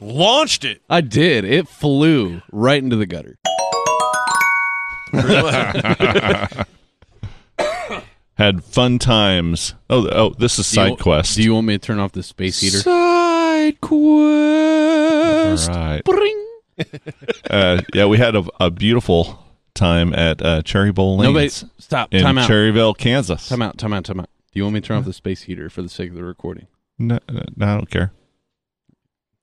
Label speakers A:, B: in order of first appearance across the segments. A: launched it.
B: I did. It flew right into the gutter.
C: Had fun times. Oh, oh, this is
B: Do you-
C: side quest.
B: Do you want me to turn off the space heater?
C: side quest? All right.
B: Bring.
C: Uh, yeah, we had a, a beautiful time at uh, Cherry Bowl
B: Nobody.
C: Lanes
B: Stop.
C: in
B: Time out.
C: Cherryville, Kansas.
B: Time out. Time out. Time out. Do you want me to turn off the space heater for the sake of the recording?
C: No, no, no, I don't care.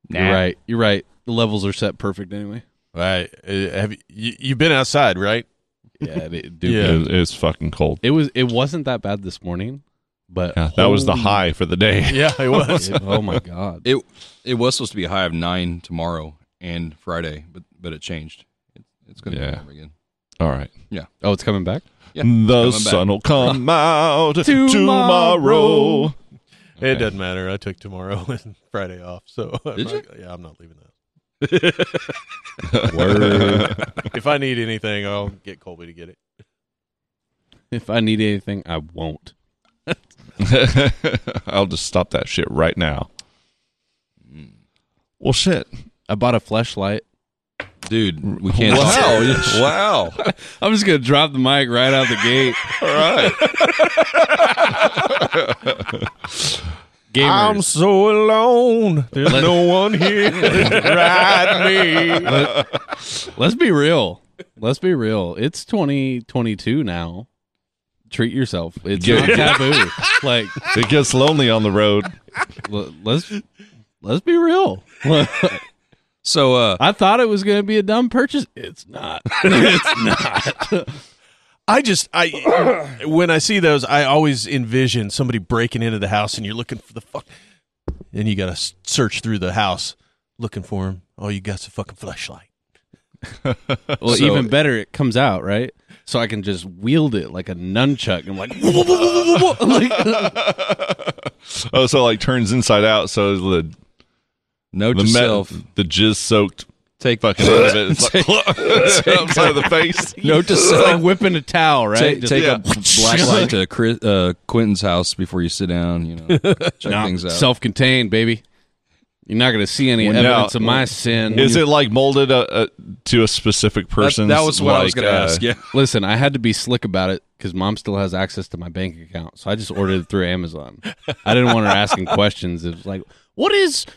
B: You're right. You're right. The levels are set perfect anyway.
A: Right? Uh, have you, you you've been outside, right?
B: Yeah, it,
A: Yeah.
C: It, was, it was fucking cold.
B: It was. It wasn't that bad this morning, but
C: Yeah, that was the
B: holy-
C: high for the day.
A: Yeah, it was.
B: It- oh my god!
D: It it was supposed to be a high of nine tomorrow and Friday, but but it changed. It, it's going to
C: Yeah.
D: be warm again.
C: All right.
B: oh, it's coming back.
C: The
D: Yeah, coming back.
C: sun will come out tomorrow.
B: Tomorrow.
C: Okay.
A: It doesn't matter. I took tomorrow and Friday off, so I'm
D: Did
A: not- yeah, I'm not leaving that.
B: Word.
A: If I need anything, I'll get Colby to get it.
B: if I need anything, I won't.
C: I'll just stop that shit right now. Well, shit.
B: I bought a flashlight.
D: Dude, we can't.
C: wow. All
B: I'm just gonna drop the mic right out the gate.
C: right.
B: Gamers,
A: so alone. There's
B: Let-
A: no one here to ride me.
B: let's be real. Let's be real. It's 2022 now. Treat yourself. It's
C: Yeah.
B: not taboo. like
C: It gets lonely on the road.
B: l- let's let's be real.
D: So uh,
B: I thought it was gonna be a dumb purchase. It's not. it's not.
A: I just I when I see those, I always envision somebody breaking into the house, and you're looking for the fuck, and you gotta s- search through the house looking for him. All you got's a fucking flashlight.
B: Well,
D: So-
B: even better, it comes out right, so I can just wield it like a nunchuck. And I'm like, like,
C: Oh, so like turns inside out. So the
D: note
C: the
D: to
C: metal,
D: self:
C: the jizz soaked
D: take
C: fucking end of it. It's like outside of the face.
D: note to
B: it's like
D: self.
B: whipping a towel, right?
D: Take,
B: Just
D: take
C: yeah.
D: a black light to Chris, uh, Quentin's house before you sit down. You know, check
B: not
D: things out.
B: self-contained, baby. You're not going to see any
C: Well, now-
B: evidence of my sin.
C: Is it like molded uh uh to a specific uh,
D: that,
C: person?
D: that was what I was going to ask. Yeah,
B: Listen, I had to be slick about it because mom still has access to my bank account, so I just ordered it through Amazon. I didn't want her asking questions. It was like, what is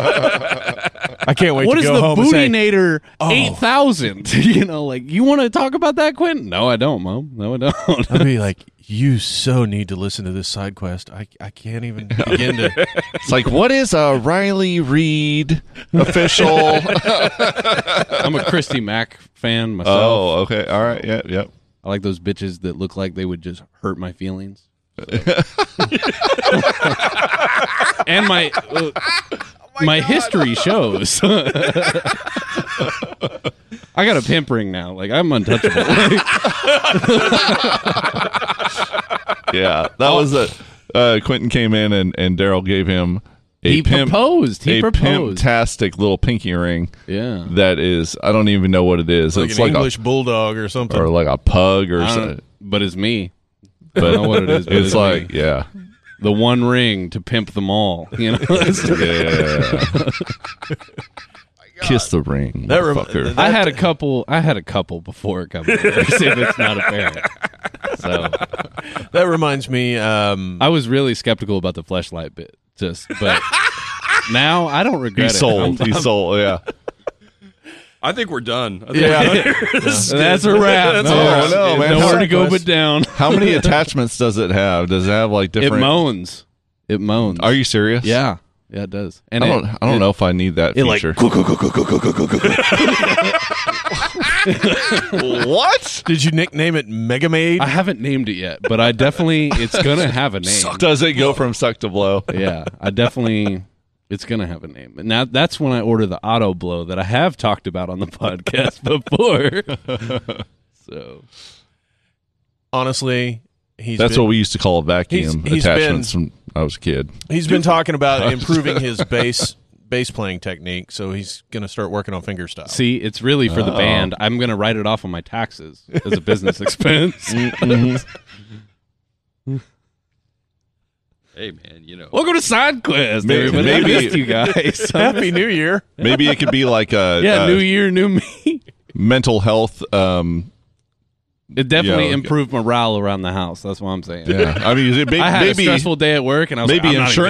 A: I can't wait
B: what
A: to
B: is
A: go
B: the
A: home and say, "Oh."
B: Bootinator eight thousand? You know, like you want to talk about that, Quentin? No, I don't, mom. No, I don't.
A: I'd be like, you so need to listen to this side quest. I I can't even begin to.
C: It's like what is a Riley Reed official?
B: I'm a Christy Mack fan myself.
C: oh, okay, all right, yeah, yep.
B: I like those bitches that look like they would just hurt my feelings. So. and my uh,
C: Oh
B: my, history shows. I got a pimp ring now. Like I'm untouchable.
C: Yeah, that was a. Uh, Quentin came in and and Daryl gave him a
B: he
C: pimp,
B: proposed. He
C: a
B: proposed.
C: pimptastic little pinky ring.
B: yeah.
C: That is, I don't even know what it is.
A: Like
C: it's
A: an
C: like
A: English bulldog or
C: a
A: something.
C: or like a pug or
B: I don't-
C: something.
B: but it's me. I don't know
C: But
B: what it is. But
C: it's
B: me.
C: like, yeah,
B: the one ring to pimp them all. You know.
C: yeah. Kiss the ring,
A: That rem-
C: motherfucker.
A: that-
B: I had a couple. I had a couple before it got if it's not apparent. So
A: that reminds me. Um,
B: I was really skeptical about the flashlight bit, just but now I don't regret
C: He's
B: it.
C: sold. He's sold. Yeah.
D: I think we're done. I think
C: Yeah.
B: That's a wrap.
C: a wrap. Oh, no,
B: Nowhere
C: man.
B: to
C: Side
B: go
C: quest.
B: but down.
C: How many attachments does it have? Does it have like
B: It
C: different?
B: moans. It moans.
C: Are you serious?
B: Yeah. Yeah, it does. And
C: I
B: it-
C: don't. I don't
B: it-
C: know if I need that
B: It like
C: feature. what
A: did you nickname it Mega Maid?
B: I haven't named it yet, but I definitely. It's gonna have a name.
C: does it go from suck to blow?
B: yeah, I definitely. It's gonna have a name, and now that's when I order the auto blow that I have talked about on the podcast before. so
A: Honestly, he's
C: That's
A: been,
C: what we used to call a vacuum
A: He's- he's
C: attachments when I was a kid.
A: he's been talking about improving his bass bass playing technique. So he's gonna start working on finger style.
B: see, it's really for the band. I'm gonna write it off on my taxes as
C: Mm-hmm.
B: a business expense.
D: Hey, man, you know.
B: Welcome to SideQuest,
C: Maybe-
B: everybody. I
C: maybe-
B: missed you guys.
A: Happy New Year.
C: Maybe it could be like a
B: yeah,
C: uh,
B: new year, new me.
C: mental health. Um,
B: It definitely
C: Yeah.
B: improved morale around the house. That's what I'm saying.
C: yeah. I mean, is it may-
B: I had
C: maybe
B: a stressful day at work, and I was
C: maybe
B: like, I'm not even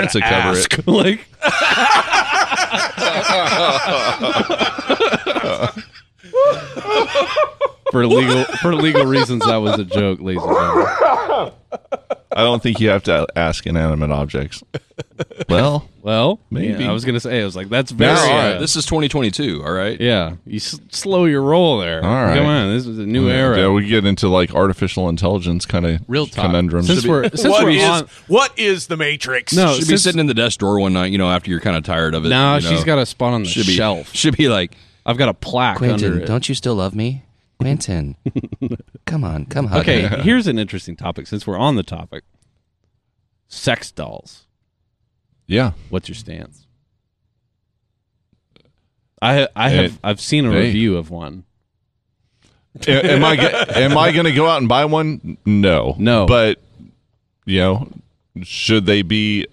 B: gonna
C: insurance would cover
B: ask. like, for legal for legal reasons, that was a joke, ladies and gentlemen.
C: I don't think you have to ask inanimate objects. well,
B: Well,
C: Maybe.
B: yeah, I was gonna say, I was like, that's very.
D: This,
C: all
B: uh,
C: right.
D: this is 2022, all right?
B: yeah, you s- slow your roll there.
C: All right.
B: come on, this is a new era.
C: yeah, we get into like artificial intelligence kind of
D: Real talk.
C: conundrums.
B: since we're since
A: What
B: we're
A: is
B: on,
A: what is the Matrix?
B: no,
D: Should be
B: since,
D: sitting in the desk drawer one night, you know, after you're kind of tired of it.
B: no,
D: you know.
B: she's got a spot on the
D: should be,
B: shelf.
D: Should be like,
B: I've got a plaque under
E: Quentin,
B: it.
E: don't you still love me? Quentin, come on, come hug me.
B: Okay, here's an interesting topic since we're on the topic. Sex dolls.
C: yeah,
B: What's your stance? I I have
C: Hey.
B: I've seen a
C: Hey.
B: review of one.
C: A- am I ge- am I going to go out and buy one? No,
B: No.
C: But you know, should they be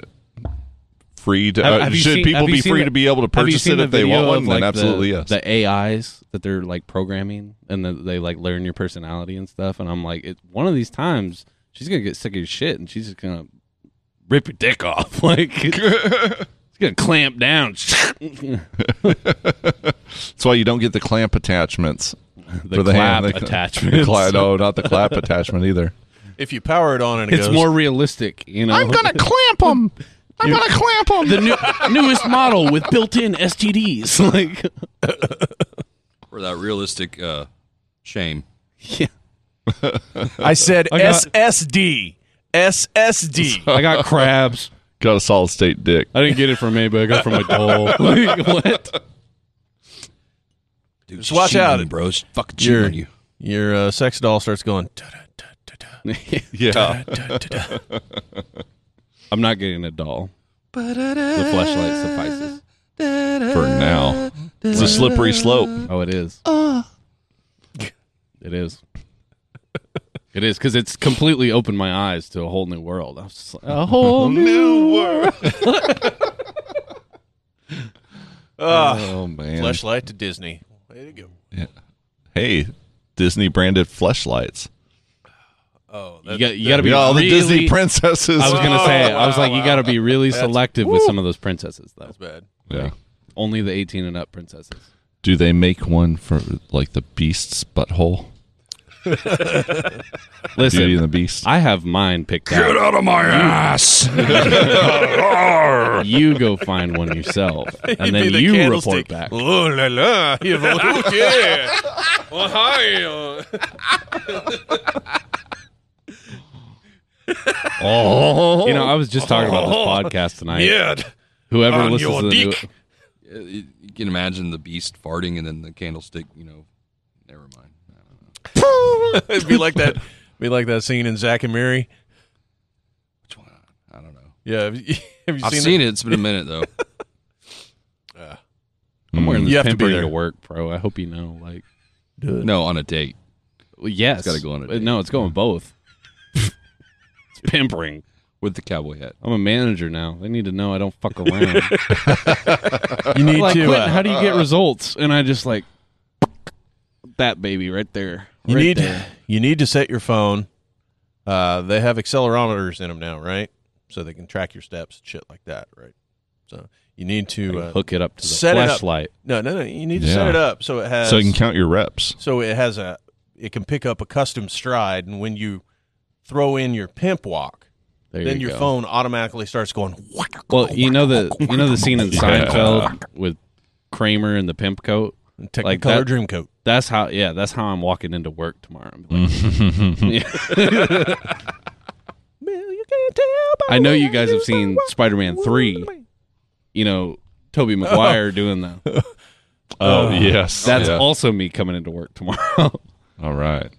C: free to?
B: Have-
C: uh,
B: have you
C: should
B: seen-
C: people
B: have you
C: be
B: seen
C: free
B: the-
C: to be able to
B: Have you
C: purchase
B: seen
C: it
B: the
C: if they
B: video
C: want one?
B: of,
C: Then
B: like,
C: absolutely
B: the,
C: yes.
B: The AIs that they're like programming and that they like learn your personality and stuff. And I'm like, it, one of these times she's gonna get sick of your shit and she's just gonna rip your dick off. Like it's- it's gonna clamp down.
C: That's why you don't get the clamp attachments
B: the clap attachments.
C: The cla- no, not the clap attachment either.
A: If you power it on and it
B: it's
A: goes,
B: more realistic, you know.
C: clamp them. I'm gonna clamp them.
B: the new, newest model with built-in STDs. Like,
D: for that realistic uh, shame.
A: I said
B: I got-
A: SSD. SSD.
B: I got crabs.
C: Got a solid state dick.
B: I didn't get it from anybody. I got it from my doll. Like, what?
D: Dude,
A: Just watch out.
D: bro. It's fucking cheating
A: Your,
D: on you.
A: your uh, sex doll starts going. "Da-da-da-da-da,
C: Yeah.
A: da-da-da."
B: I'm not getting a doll. The flashlight suffices.
C: For now, it's a slippery slope.
B: Oh, it is. It is. It is because it's completely opened my eyes to a whole new world. I was just like, a whole new.
C: Oh man.
A: Flashlight to Disney. Way to go.
C: hey, Disney branded fleshlights.
A: Oh,
B: You
A: that,
B: got, you got to be
C: Yeah, all
B: really,
C: the Disney princesses.
B: I was gonna say. I was like, you got to be really selective with some of those princesses, though.
A: that's bad.
C: yeah.
B: Only the 18 and up princesses.
C: Do they make one for like the Beast's butthole?
B: Listen,
C: Beauty and the Beast.
B: I have mine picked out. Get out of my ass! you go find one yourself, and then you report back.
A: Oh la la. You're like, oh, yeah. uh,
C: Oh,
B: You know, I was just talking about this podcast tonight.
A: Yeah.
B: Whoever
A: On
B: listens
A: your
B: to the new,
A: dick.
D: Uh, You you can imagine the beast farting and then the candlestick, you know. Never mind.
A: It'd be like that. Be like that scene in Zack and Mary.
D: Which one? I don't know.
A: Yeah. Have you, have you
D: I've
A: seen,
D: seen,
A: that?
D: it. It's been a minute though.
B: I'm wearing
C: Mm.
B: this
A: You have to be
B: pimpering to,
A: there.
B: work, bro. I hope you know. Like,
D: no, on a date.
B: well, yes,
D: It's gotta go on a
B: But
D: date.
B: No, it's going both. it's pimpering.
D: With the cowboy hat.
B: I'm a manager now. They need to know I don't fuck around.
A: You need
B: like,
A: to.
B: Quentin,
A: uh,
B: how do you get results? And I just like that baby right there.
A: you
B: Right
A: need.
B: there.
A: You need to set your phone. Uh, they have accelerometers in them now, right? So they can track your steps and shit like that, right? So you need to uh,
B: hook it up to the
A: set it up.
B: flashlight.
A: No, no, no. You need to set
C: Yeah.
A: it up so it has.
C: so you can count your reps.
A: so it has a. It can pick up a custom stride, and when you throw in your pimp walk,
B: There
A: then
B: you
A: your
B: go.
A: phone automatically starts going.
B: Well, you know the you know the scene in
C: Yeah.
B: Seinfeld with Kramer and the pimp coat.
A: Technicolor
B: Like that-
A: dream coat.
B: That's how. Yeah, that's how I'm walking into work tomorrow. I'm
A: Mm.
B: like, I know you guys have seen Spider-Man three. You know, Toby Maguire doing that.
C: Oh yes,
B: That's
C: Yeah.
B: also me coming into work tomorrow.
C: all right.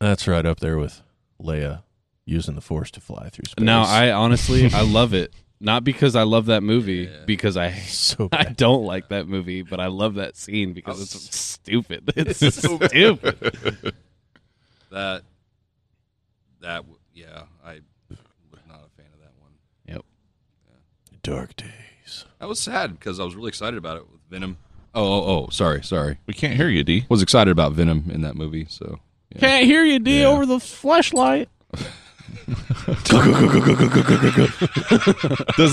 A: That's right up there with Leia using the force to fly through space.
B: no, I honestly I love it. Not because I love that movie, because I
A: so
B: I
A: bad.
B: don't like that movie, but I love that scene because it's stupid. It's stupid.
D: That. That. w- Yeah, I was not a fan of that one.
B: Yep.
A: dark days.
D: That was sad because I was really excited about it with Venom. Oh, oh, oh, sorry, sorry.
C: We can't hear you, D.
D: Was excited about Venom in that movie. So
B: Can't hear you, D, over the flashlight.
C: Does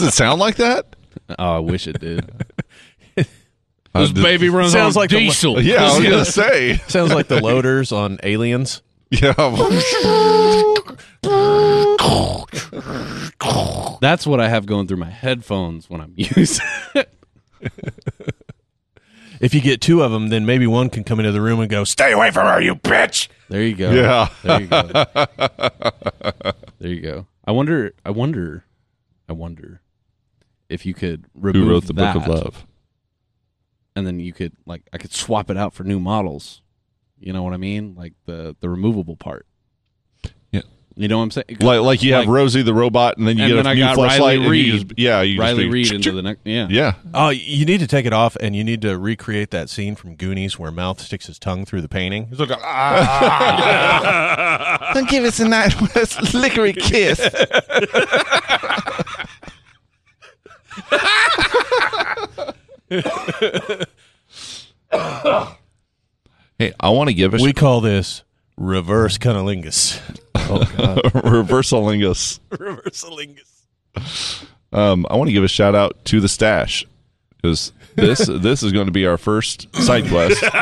C: it sound like that?
B: Oh, I wish it did. Uh,
C: This
B: baby runs
A: Sounds
B: on
A: like the-
B: diesel.
C: Yeah, I was gonna say.
A: Sounds like the loaders on Aliens.
C: Yeah.
B: That's what I have going through my headphones when I'm using. it.
A: If you get two of them, then maybe one can come into the room and go, "Stay away from her, you bitch."
B: There you go.
C: Yeah.
B: There you go. there you go. I wonder. I wonder. I wonder if you could remove
C: Who wrote the Book of
B: that,
C: Love?
B: and then you could like I could swap it out for new models. You know what I mean? Like the the removable part.
C: Yeah.
B: You know what I'm saying?
C: Like, like you have
B: Like-
C: Rosie the robot, and then you
B: And
C: get
B: then
C: a
B: I
C: new
B: got Riley
C: flashlight. and you
B: Reed.
C: just- yeah, you just
B: Riley
C: do-
B: Reed into the next. Yeah.
C: Yeah,
A: Oh, you need to take it off, and you need to recreate that scene from Goonies where Mouth sticks his tongue through the painting. He's like,
C: Don't give us a nice licorice kiss. hey, I want to give a
A: we call this reverse cunnilingus.
E: Oh,
C: reversalingus.
A: Reversalingus.
C: Um, I want to give a shout out to the stash because this this is going to be our first side quest. this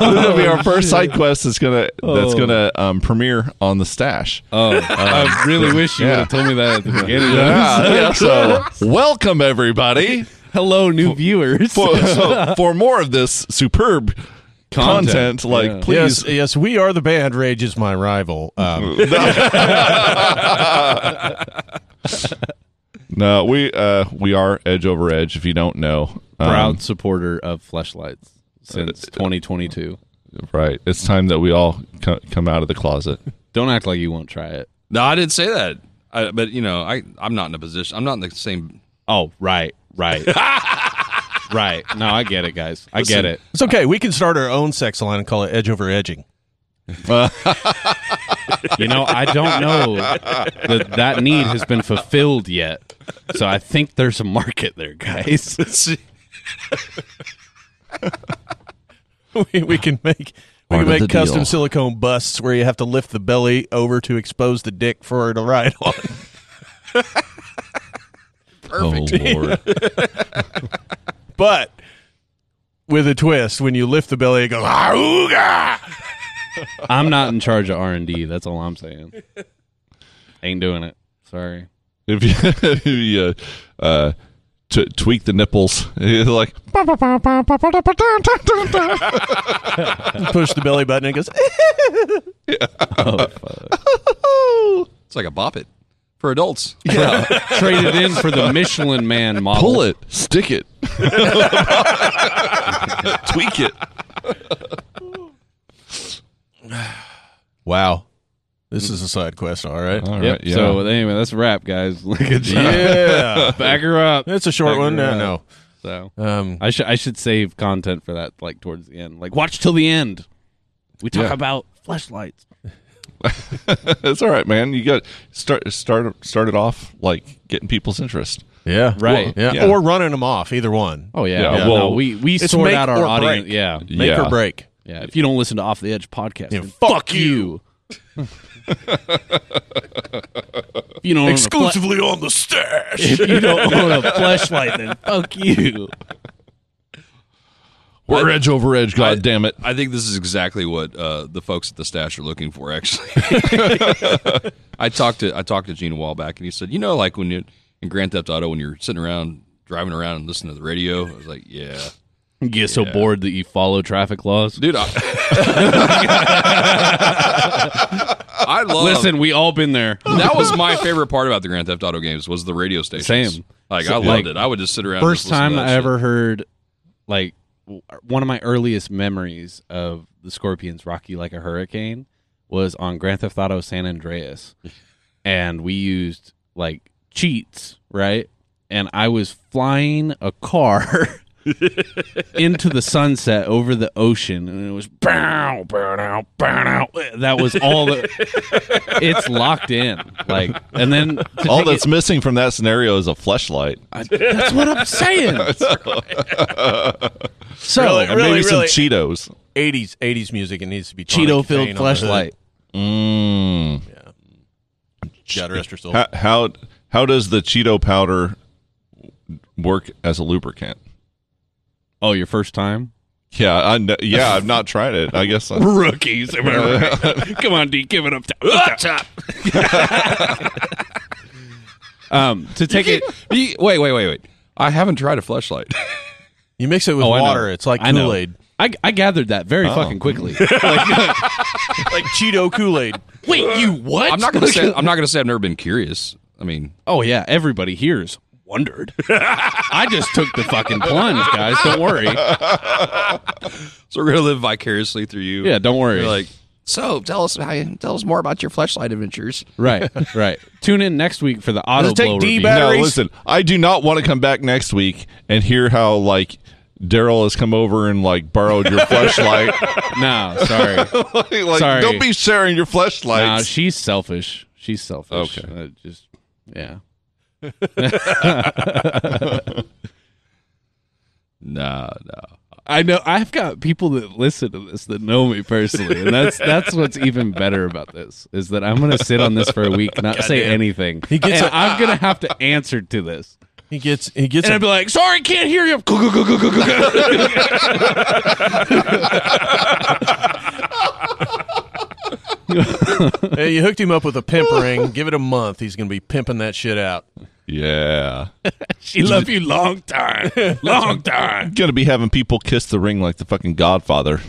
C: will be our first
B: Oh,
C: side quest that's gonna that's gonna um, premiere on the stash.
B: Oh, I really wish you
C: yeah.
B: would have told me that at the beginning.
C: Yeah, yeah, So welcome everybody
B: Hello, new viewers.
C: for so, for more of this superb content.
B: Content,
C: like
B: yeah.
C: please,
A: Yes, yes, we are the band. Rage is my rival. Um,
C: no, we uh, we are edge over edge. If you don't know, Um, uh,
B: Proud supporter of fleshlights since 2022.
C: right? It's time that we all co- come out of the closet.
B: Don't act like you won't try it.
D: no, I didn't say that. I, but you know, I I'm not in a position. I'm not in the same.
B: Oh, right, right, right. No, I get it, guys. I get it.
A: it's okay. We can start our own sex line and call it edge over edging.
B: You know, I don't know that that need has been fulfilled yet. So I think there's a market there, guys.
A: we, we can make we can
E: Part of the
A: make custom
E: deal.
A: silicone busts where you have to lift the belly over to expose the dick for her to ride on.
B: Oh,
D: Perfect.
C: Lord.
A: but with a twist, when you lift the belly, it goes "Auga!"
B: I'm not in charge of R and D. That's all I'm saying. Ain't doing it. Sorry.
C: if you, if you uh, uh, t- tweak the nipples, it's like
A: push the belly button, and it goes.
D: It's like a bop it for adults.
B: Trade it in for the Michelin Man model.
C: pull it, stick it, tweak it.
A: wow, this is a side quest. All right,
C: All right,
B: Yep.
C: yeah.
B: So anyway, that's a wrap, guys. Look at you.
A: yeah,
B: Back her up.
A: it's a short
B: Back
A: one.
B: her
A: uh,
B: up.
A: no,
B: So
A: um,
B: I should I should save content for that like towards the end. Like watch till the end. We talk
C: Yeah.
B: about flashlights.
C: it's all right, man. You got start start started off like getting people's interest.
A: yeah,
B: Right.
A: yeah.
C: Yeah.
A: or running them off. Either one,
B: Oh yeah.
C: Yeah,
B: yeah,
C: well,
B: no, we we
A: it's
B: sort
A: make
B: out
A: or
B: our audience.
A: break.
B: Yeah.
A: make
C: Yeah.
A: or break.
B: Yeah. If you don't listen to Off the Edge podcast,
A: Yeah,
B: then
A: fuck
B: you. if you don't own
A: on the
B: a
A: stash.
B: fle- if you don't own a flashlight, then fuck you.
C: We're edge over edge. God damn it!
D: I think this is exactly what uh, the folks at the stash are looking for. Actually, I talked to I talked to Gene a while back, and he said, you know, like when you in Grand Theft Auto, when you're sitting around driving around and listening to the radio, I was like, yeah,
B: You get so bored that you follow traffic laws.
D: dude. I, I love.
B: Listen, we all been there.
D: that was my favorite part about the Grand Theft Auto games was the radio stations.
B: Same.
D: Like I loved
B: Like,
D: it. I would just sit around. and
B: First
D: just listen
B: time
D: to that
B: I
D: shit.
B: ever heard, like, w- one of my earliest memories of the Scorpions "Rocky Like a Hurricane" was on Grand Theft Auto San Andreas, and we used like cheats, right? And I was flying a car into the sunset over the ocean, and it was bow, bow, bow, bow. That was all. The, it's locked in, like, and then to
C: All
B: take
C: that's missing from that scenario is a fleshlight.
B: I- that's what I'm saying. so
C: And
A: Really,
C: maybe
A: really.
C: some Cheetos.
A: Eighties, eighties music. It needs to be
B: Cheeto filled flashlight.
C: Mm.
A: God rest her soul.
C: How, how how does the Cheeto powder work as a lubricant?
B: Oh, your first time?
C: Yeah, I kn- yeah, I've not tried it. I guess I,
B: Rookies. am I right? Come on, D, give it up top. Up top. um, to take it.
D: You- wait, wait, wait, wait. I haven't tried a flashlight.
A: You mix it with
B: Oh, I know.
A: water. It's like
B: I know.
A: Kool Aid,
B: I, I gathered that very fucking quickly.
A: like Cheeto Kool Aid.
B: Wait, you what?
D: I'm not gonna say I'm not gonna say I've never been curious. I mean,
B: Oh yeah, everybody here's wondered. I just took the fucking plunge, guys. Don't worry.
D: so we're gonna live vicariously through you.
B: Yeah, don't worry.
D: You're like,
E: So tell us how you, tell us more about your flashlight adventures.
B: right, right. Tune in next week for the auto
A: it take
B: blow
A: D
B: review.
A: back?
C: no,
A: Batteries?
C: listen. I do not want to come back next week and hear how like Daryl has come over and like borrowed your flashlight.
B: No, sorry.
C: like,
B: Sorry.
C: don't be sharing your
B: no,
C: flashlights.
B: she's selfish. She's selfish.
C: Okay.
B: Uh, just yeah.
D: nah, nah.
B: I know I've got people that listen to this that know me personally, and that's that's what's even better about this is that I'm gonna sit on this for a week, not say anything. He
A: gets
B: and
A: a-
B: I'm gonna have to answer to this.
A: He gets. He gets.
B: And
A: A,
B: I'd be like, sorry, can't hear you.
A: hey, you hooked him up with a pimp ring. Give it a month. He's gonna be pimping that shit out.
C: Yeah,
B: She loved you long time. Long time.
C: gonna be having people kiss the ring like the fucking Godfather.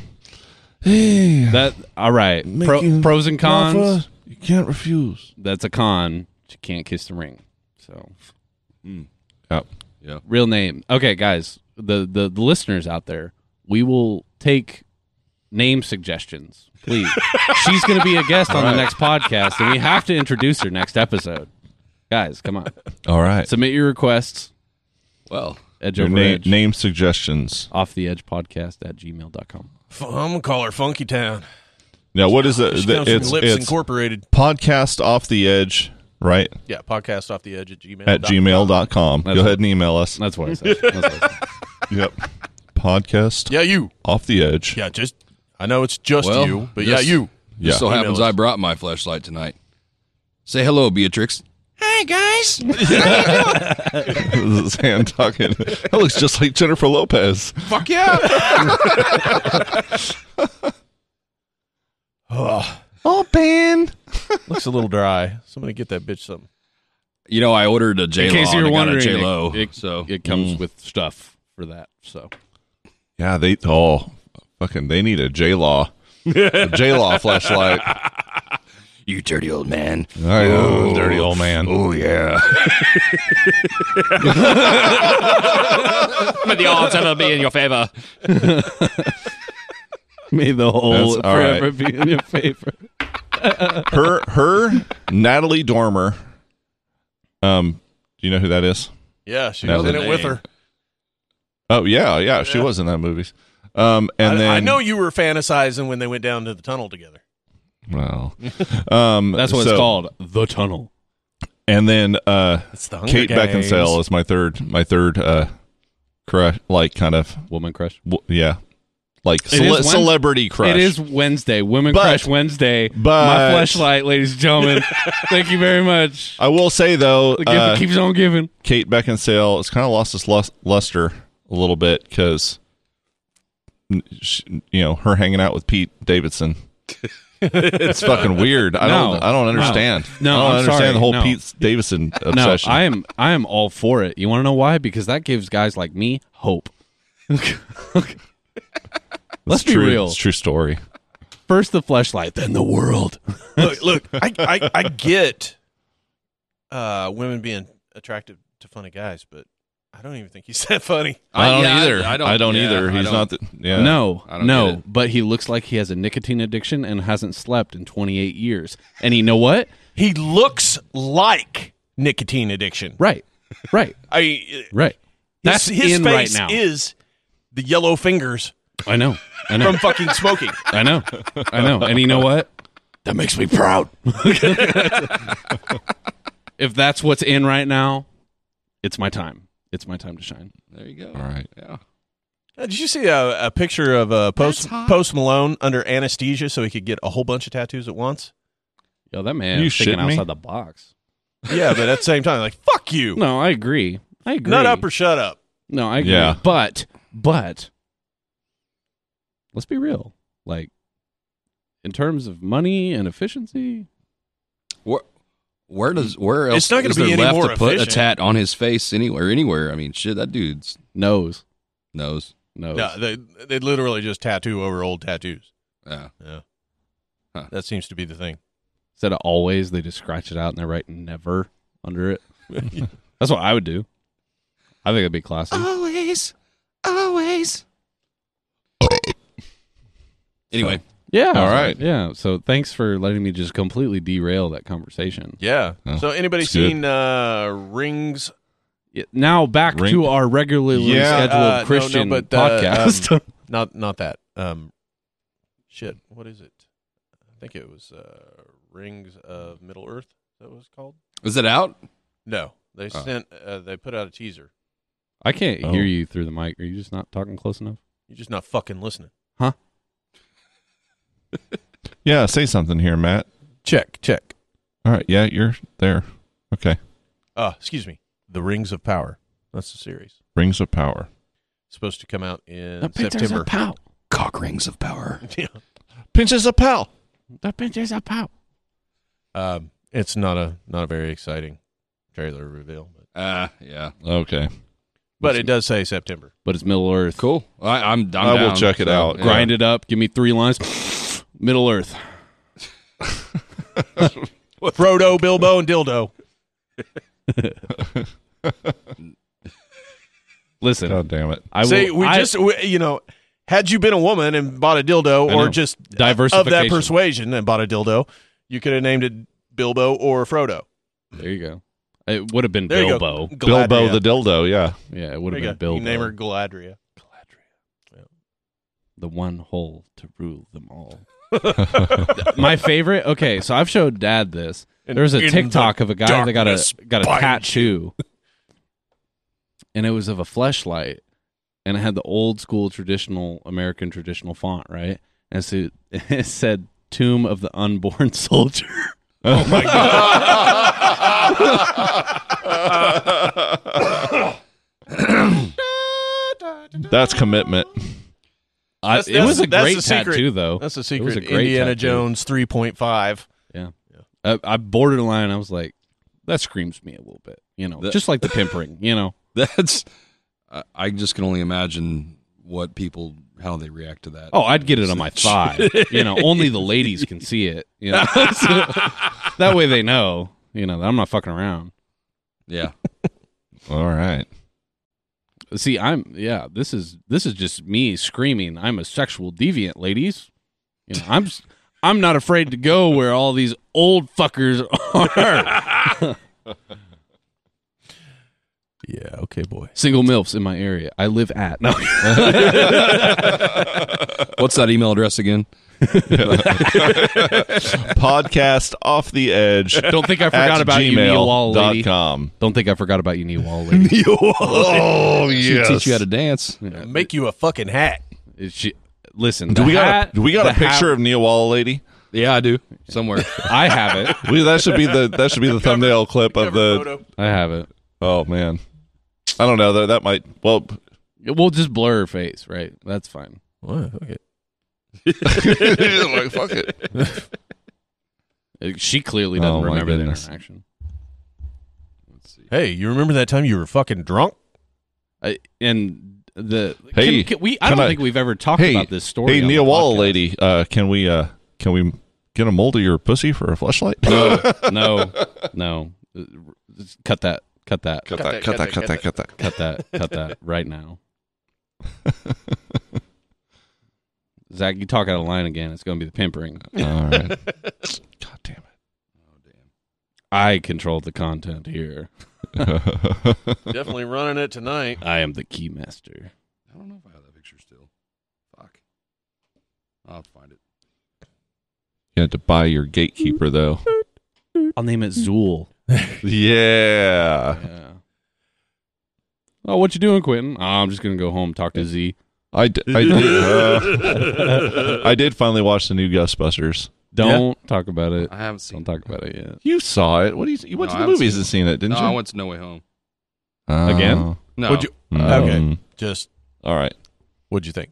B: That all right. Pro,
C: you-
B: pros and cons.
C: you can't refuse.
B: That's a con. She can't kiss the ring. So
C: Oh,
B: real name. Okay, guys. The the, the listeners out there, we will take name suggestions, please. She's gonna be a guest on the next podcast, and we have to introduce her next episode. Guys, come on.
C: all right.
B: Submit your requests.
D: Well,
B: Edge
C: your
B: over
C: na-
B: edge.
C: name suggestions.
B: Off the edge podcast at gmail.com.
A: F- I'm gonna call her Funky Town.
C: Now, what is it?
A: She
C: the-
A: comes
C: It's,
A: from Lips
C: it's
A: Incorporated.
C: podcast off the edge, right?
A: Yeah, podcast off the edge at Gmail.
C: At gmail.com. Go
B: That's-
C: aheid and email us.
B: That's what I said. That's what I said.
C: Yep. Podcast
A: Yeah, you.
C: off the edge.
A: Yeah, just. I know it's just
D: Well,
A: you, but
D: just-
A: yeah, you.
C: Yeah.
D: so happens
A: knows?
D: I brought my flashlight tonight. Say hello, Beatrix.
E: Hi guys.
C: this is hand talking. That looks just like Jennifer Lopez.
D: Fuck yeah!
A: Ugh,
C: Oh, man.
A: looks a little dry. Somebody get that bitch something.
D: you know, I ordered a J
B: In
D: Lo.
B: case you were wondering,
D: J Lo.
B: it- it-
D: So
B: it comes with stuff for that. So
C: Yeah, they, oh, fucking, they need a J Law. J Law flashlight.
E: you dirty old man.
C: I know, dirty old man.
E: Oh yeah.
D: the odds ever be in your favor.
B: may the whole
C: That's all
B: forever be in your favor.
C: Her, her, Natalie Dormer. Um, do you know who that is?
A: Yeah, she
C: That
A: was in
C: was-
A: it with her.
C: Oh, yeah, yeah. She was in that movie. Um, and
A: I,
C: then
A: I know you were fantasizing when they went down to the tunnel together.
C: Well, um,
B: That's what
C: so-
B: it's called. The tunnel.
C: And then uh,
A: It's the Hunger
C: Kate
A: Games.
C: Beckinsale is my third, my third uh, crush, like kind of,
B: Woman crush.
C: w- yeah, like
B: is
C: cele-
B: Wednes-
C: celebrity crush.
B: It is Wednesday. Women
C: But-
B: crush Wednesday.
C: but-
B: my flashlight, ladies and gentlemen. Thank you very much.
C: I will say though,
B: The gift
C: uh,
B: that keeps on giving.
C: Kate Beckinsale has kind of lost its lus- luster a little bit because, you know, her hanging out with Pete Davidson. it's fucking weird. I
B: No.
C: don't. I don't
B: No.
C: understand.
B: No,
C: I don't
B: I'm
C: understand
B: sorry.
C: the whole
B: No.
C: Pete Davidson
B: No,
C: obsession.
B: I am I am all for it. You want to know why? Because that gives guys like me hope. Let's
C: It's
B: be
C: true,
B: real.
C: It's a true story.
B: First the flashlight, then the world.
A: look, look, I, I, I get uh, women being attracted to funny guys, but I don't even think he's that funny.
C: I don't
D: yeah, I-
C: either.
D: I
C: I
D: don't-
C: don't,
D: yeah,
C: either.
D: I
C: He's
D: don't-
C: not. The, yeah.
B: No,
D: I don't get
B: no,
D: it.
B: but he looks like he has a nicotine addiction and hasn't slept in 28 years. And you know what?
A: He looks like nicotine addiction.
B: Right, right,
A: I
B: right.
A: his,
B: That's
A: his
B: in
A: face
B: right now.
A: is the yellow fingers
B: I know. I know.
A: from fucking smoking.
B: I know. I know. And you know what? That makes me proud. if that's what's in right now, it's my time. It's my time to shine.
D: There you go.
C: All right.
D: Yeah.
A: Uh, Did you see a, a picture of uh,
E: That's
A: Post
E: hot.
A: Post Malone under anesthesia so he could get a whole bunch of tattoos at once?
B: Yo, that man
C: You
B: is thinking
C: shitting me?
B: outside the box.
A: Yeah, but at the same time, like fuck you,
B: No, I agree. I agree.
A: nut up or shut up.
B: no, I agree.
C: Yeah.
B: But but let's be real. Like in terms of money and efficiency,
D: Where where does where else
A: It's not gonna
D: is there
A: be any
D: left
A: more
D: to put
A: efficient.
D: a tat on his face anywhere anywhere? I mean, shit, that dude's
B: nose.
D: nose.
B: Nose.
A: No, they they literally just tattoo over old tattoos.
D: Yeah.
A: Yeah,
D: Huh.
A: that seems to be the thing.
B: Instead of always, they just scratch it out and they write never under it. That's what I would do. I think it'd be classy.
E: Always, always.
D: Anyway,
B: Yeah.
C: All right.
B: Yeah. So thanks for letting me just completely derail that conversation.
A: Yeah.
C: Oh,
A: so anybody
C: that's good.
A: seen uh, Rings?
B: Yeah, Now back
C: Ring-
B: to our regularly
C: Yeah.
B: scheduled
A: Uh, no, no,
B: Christian
A: but, uh,
B: podcast.
A: Not not that. Um, shit. What is it? I think it was uh, Rings of Middle Earth. That was called.
D: is it out?
A: No, they
D: Oh.
A: sent. Uh, they put out a teaser.
B: I can't
C: Oh.
B: hear you through the mic. Are you just not talking close enough?
A: You're just not fucking listening.
C: Yeah, say something here, Matt.
A: Check check.
C: All right. Yeah, you're there. Okay.
A: Uh, excuse me. The Rings of Power. That's the series.
C: Rings of power.
A: supposed to come out in
B: That picture's
A: September.
B: a pow.
D: Cock rings of power.
A: Yeah.
C: Pinches a pal.
B: That picture's a pow.
A: um, it's not a not a very exciting trailer reveal, but,
D: Uh, yeah.
C: Okay.
A: but it does say September.
B: But it's Middle Earth.
D: Cool. I, I'm. I'm
C: I will
D: down.
C: check it out.
D: yeah.
B: Grind it up. Give me three lines. Middle Earth.
A: Frodo, Bilbo, and Dildo.
B: Listen,
C: God damn it.
B: I
A: Say
B: will,
A: we
B: I-
A: just we, you know, had you been a woman and bought a dildo,
B: I
A: or
B: know.
A: just of
B: diversification.
A: that persuasion and bought a dildo, you could have named it Bilbo or Frodo.
B: There you go. It would have been
A: There
B: Bilbo.
A: you go, Galadriel.
C: Bilbo the dildo. Yeah.
B: Yeah, it would
A: There you
B: have been
A: go.
B: Bilbo.
A: You name her Galadriel.
B: the one hole to rule them all. My favorite. Okay, so I've showed Dad this.
A: And
B: There was a
A: in
B: TikTok of a guy that got
A: darkness
B: a got a
A: bind
B: tattoo, and it was of a fleshlight, and it had the old school traditional American traditional font, right? And so it said "Tomb of the Unborn Soldier."
C: Oh my god. That's commitment.
B: I-
A: That's-
B: it was
A: that's-
B: a
A: that's
B: great
A: the secret.
B: tattoo, though.
A: That's a
B: was
A: secret.
B: a great
A: Indiana
B: tattoo.
A: Jones three point five.
B: I, I borderline. I was like, that screams me a little bit, you know,
D: The-
B: just like the pimpering, you know.
D: That's. I, I just can only imagine what people how they react to that.
B: Oh, I'd get it on my thigh. you know, only the ladies can see it. You know, So, that way they know. You know, that I'm not fucking around.
D: yeah.
C: All right.
B: See, I'm yeah. This is this is just me screaming. I'm a sexual deviant, ladies. You know, I'm s- I'm not afraid to go where all these old fuckers are.
A: Yeah. Okay, boy.
B: Single milfs in my area. I live at. No,
D: What's that email address again?
C: Podcast off the edge.
B: don't think I forgot
C: at
B: about you, Neil Wall lady.
C: gmail.com.
B: Don't think I forgot about you, Neil Wall lady.
C: Oh,
D: She
C: yes.
D: teach you how to dance.
A: Make you a fucking hat.
B: Is she- listen,
C: do
B: the
C: we got
B: hat-
C: a, do we got
B: the
C: a picture
B: hat-
C: of Neil Walla lady?
D: Yeah, I do somewhere.
B: I have it.
C: We, that should be the that should be the thumbnail clip of the
B: I have it.
C: Oh man, I don't know. That that might well.
B: We'll just blur her face, right? That's fine.
A: okay.
C: like fuck it.
B: Uh, She clearly doesn't
C: Oh, my
B: remember the
C: goodness.
B: interaction.
A: Hey, you remember that time you were fucking drunk?
B: I, and the
C: Hey,
B: can, can we? I
C: can
B: don't
C: I-
B: think we've ever talked
C: Hey,
B: about this story.
C: hey
B: on the
C: Neil Walla
B: podcast.
C: lady, uh, can we uh, can we get a mold of your pussy for a flashlight?
B: No, no, no. Uh, just Cut that. Cut that.
C: Cut
A: that, cut that, cut that,
C: cut that.
B: Cut that. Cut that right now. Zach, you talk out of line again. It's going to be the pimpering.
C: All right. God damn
B: I control the content here.
C: it.
A: Definitely running it tonight.
B: I am the key master.
D: I don't know if I have that picture I'll find it.
C: You had to buy your gatekeeper though.
B: I'll name it Zool.
C: yeah.
B: Yeah. Oh, what you doing, Quentin? Oh, I'm just gonna go home and talk to Z.
C: I, d- I did, uh, I did finally watch the new Ghostbusters.
B: Don't talk about it.
D: I haven't seen.
B: Don't talk about it yet.
C: You saw it. What do you? You went
D: No,
C: to
D: I
C: the
D: haven't
C: movies
D: seen
C: and seen it, didn't
D: no,
C: you?
D: I went to No Way Home.
C: Oh.
B: Again?
D: No,
A: What'd you,
C: Mm.
A: Okay. just
C: All right.
A: what'd you think?